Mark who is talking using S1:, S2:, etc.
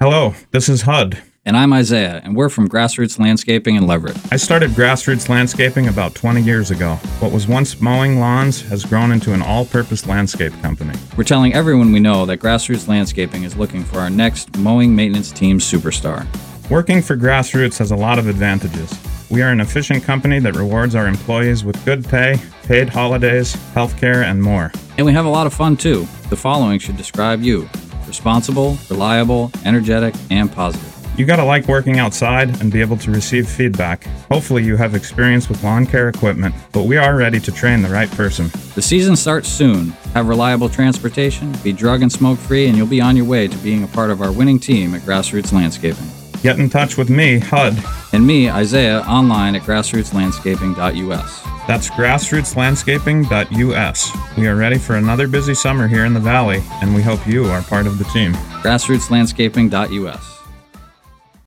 S1: Hello, this is HUD.
S2: And I'm Isaiah, and we're from Grassroots Landscaping in Leverett.
S1: I started grassroots landscaping about 20 years ago. What was once mowing lawns has grown into an all purpose landscape company.
S2: We're telling everyone we know that Grassroots Landscaping is looking for our next mowing maintenance team superstar.
S1: Working for grassroots has a lot of advantages. We are an efficient company that rewards our employees with good pay, paid holidays, health care, and more.
S2: And we have a lot of fun too. The following should describe you responsible, reliable, energetic, and positive.
S1: You gotta like working outside and be able to receive feedback. Hopefully, you have experience with lawn care equipment, but we are ready to train the right person.
S2: The season starts soon. Have reliable transportation, be drug and smoke free, and you'll be on your way to being a part of our winning team at Grassroots Landscaping.
S1: Get in touch with me, HUD.
S2: And me, Isaiah, online at grassrootslandscaping.us.
S1: That's grassrootslandscaping.us. We are ready for another busy summer here in the Valley, and we hope you are part of the team.
S2: Grassrootslandscaping.us.